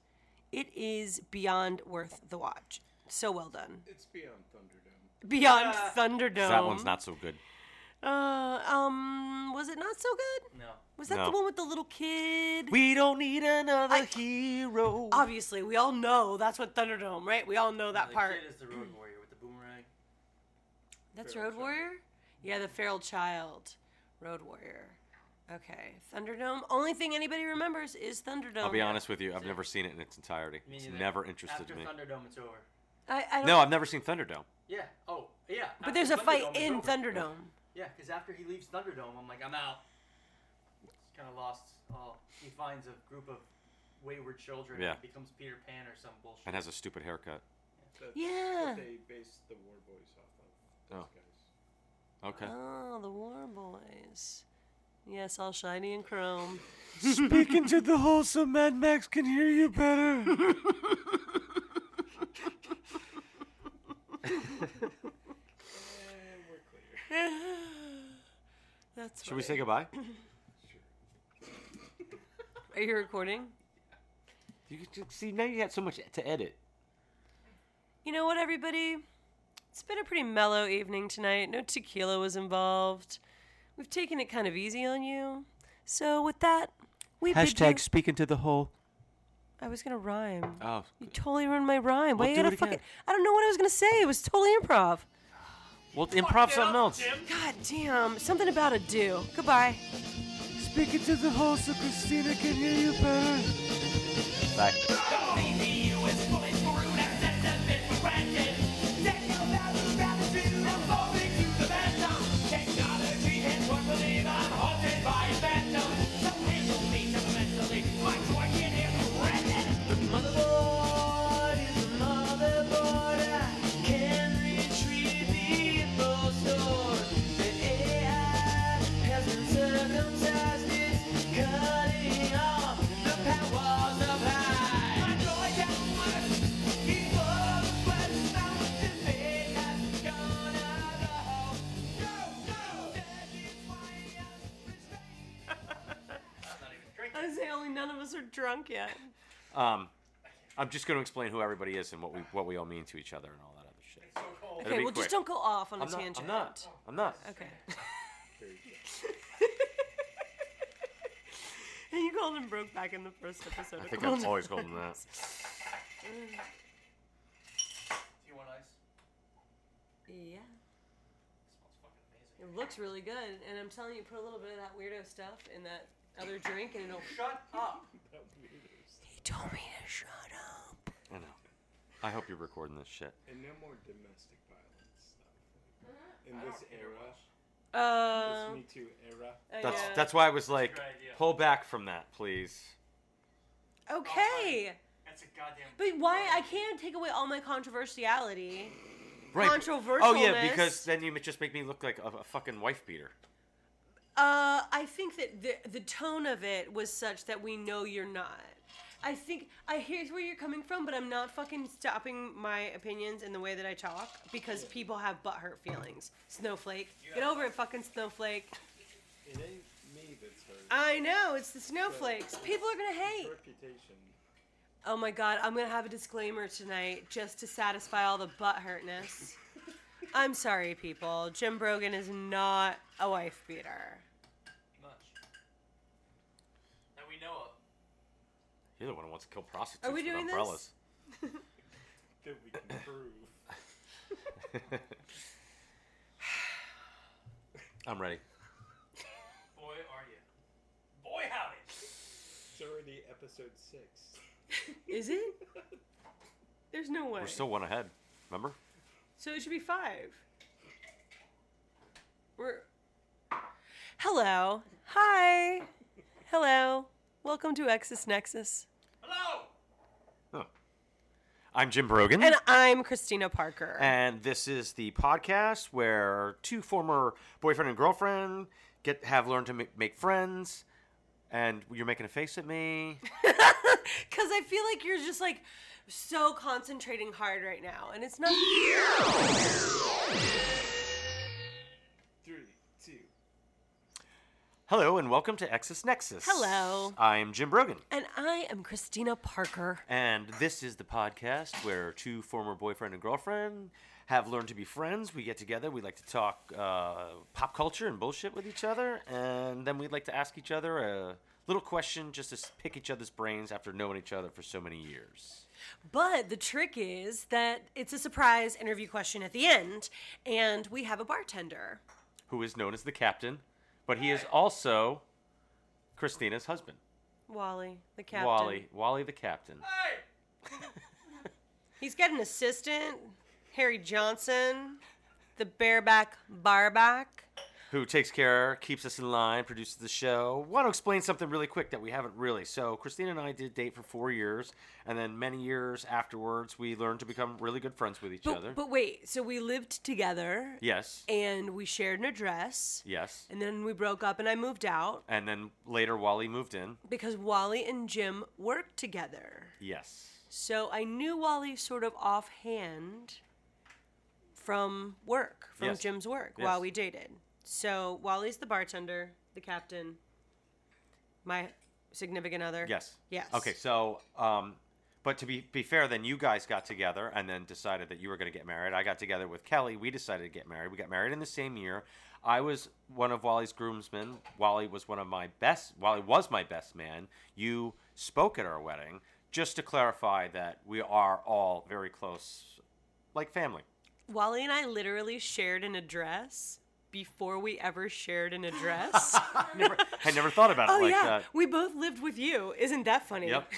it is beyond worth the watch. So well done.
It's beyond Thunderdome.
Beyond Thunderdome.
That one's not so good.
Uh, um, was it not so good?
No.
Was that
No.
the one with the little kid?
We don't need another
I-
hero.
Obviously, we all know that's what Thunderdome, right? We all know that
The
part.
kid is the road warrior with the boomerang.
That's Road Warrior? Yeah, the feral child. Road Warrior. Okay. Thunderdome. Only thing anybody remembers is Thunderdome.
I'll be honest with you, I've never seen it in its entirety.
Me
It's
neither.
never interested
After
me.
Thunderdome, it's over.
I, I don't,
No, I've never seen Thunderdome.
Yeah. Oh, yeah.
but there's a
after
fight
Thunderdome, it's
in
over.
Thunderdome.
Yeah, because after he leaves Thunderdome, I'm like, I'm out. He's kind of lost all. He finds a group of wayward children
Yeah.
and becomes Peter Pan or some bullshit.
And has a stupid haircut.
That's
Yeah.
What they based the War Boys off of.
Oh.
Those guys.
Okay.
Oh, the War Boys. Yes, all shiny and chrome.
Speaking to the whole so Mad Max can hear you better.
And we're clear.
That's
Should we
funny.
say goodbye?
Are you recording?
You could just- see now you got so much to edit.
You know what, everybody? It's been a pretty mellow evening tonight. No tequila was involved. We've taken it kind of easy on you. So with that, we bid you-
speaking to the whole.
I was gonna rhyme.
Oh,
You totally ruined my rhyme. Why
Well,
you
do
gotta
it again.
fucking? I don't know what I was gonna say. It was totally improv.
well, improv something else.
God damn, something about a do. Goodbye.
Speaking to the whole so Christina can hear you better.
Bye.
Motherboard, I can retrieve the evil sword that
drunk yet.
Um, I'm just going to explain who everybody is and what we what we all mean to each other and all that other shit. It'll
Okay,
be
well,
quick.
just don't go off on a
I'm not,
tangent.
I'm not. I'm not.
Okay. and you called him broke back in the first episode.
I
of
think
Golden
I've always called him that.
Do you want ice?
Yeah. It looks really good, and I'm telling you, put a little bit of that weirdo stuff in that other drink, and it'll.
Shut up.
He told me to shut up.
I know. I hope you're recording this shit.
And no more domestic violence stuff. In this era, this
Um.
Me Too era.
That's
yeah.
that's why I was like,
good idea.
pull back from that, please.
okay.
That's a goddamn.
But why I can't take away all my controversiality.
Right. Oh yeah,
Controversialness.
because then you just make me look like a, a fucking wife beater.
Uh, I think that the the tone of it was such that we know you're not. I think I here's where you're coming from, but I'm not fucking stopping my opinions and the way that I talk because people have butthurt feelings. Snowflake, get over it, fucking snowflake.
It ain't me that's hurt.
I know it's the snowflakes. People are gonna
It's
hate.
Reputation.
Oh my god, I'm gonna have a disclaimer tonight just to satisfy all the butthurtness. I'm sorry, people. Jim Brogan is not a wife beater.
Much. That we know of.
You're the one who wants to kill prostitutes
Are we
with
doing this?
umbrellas.
That we can prove.
I'm ready.
Boy, are you. Boy, howdy.
It's already episode six.
Is it? There's no way.
We're still one ahead. Remember?
So it should be five. We're. Hello. Hi. Hello. Welcome to Exis Nexus.
Hello.
Oh. I'm Jim Brogan.
And I'm Christina Parker.
and this is the podcast where two former boyfriend and girlfriend get have learned to ma- make friends. And you're making a face at me.
Because I feel like you're just like so concentrating hard right now. And it's not.
Three, two.
Hello and welcome to Exis Nexus.
Hello.
I'm Jim Brogan.
And I am Christina Parker.
And this is the podcast where two former boyfriend and girlfriend have learned to be friends. We get together, we like to talk uh, pop culture and bullshit with each other, and then we'd like to ask each other a little question just to s- pick each other's brains after knowing each other for so many years.
But the trick is that it's a surprise interview question at the end. And we have a bartender.
Who is known as the captain, but he is also Christina's husband,
Wally, the captain.
Wally. Wally the captain.
Hey.
He's got an assistant, Harry Johnson, the bareback barback.
who takes care, keeps us in line, produces the show. Want to explain something really quick that we haven't really. So Christina and I did date for four years, and then many years afterwards, we learned to become really good friends with each other.
But, but wait, so we lived together
yes,
and we shared an address.
yes.
And then we broke up and I moved out
And then later, Wally moved in.
because Wally and Jim worked together.
Yes,
So I knew Wally sort of offhand from work, from
Yes.
Jim's work
Yes.
while we dated. So Wally's the bartender, the captain, my significant other.
yes,
Yes.
Okay, so um, but to be be fair, then you guys got together and then decided that you were going to get married. I got together with Kelly. We decided to get married. We got married in the same year. I was one of Wally's groomsmen. Wally was one of my best. Wally was my best man. You spoke at our wedding. Just to clarify that we are all very close, like family.
Wally and I literally shared an address before we ever shared an address.
Never, I never thought about it
oh
like
yeah,
that.
we both lived with you. Isn't that funny?
Yep.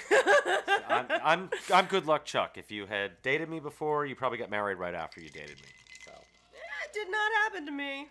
I'm, I'm I'm good luck, Chuck. If you had dated me before, you probably got married right after you dated me. So
That did not happen to me.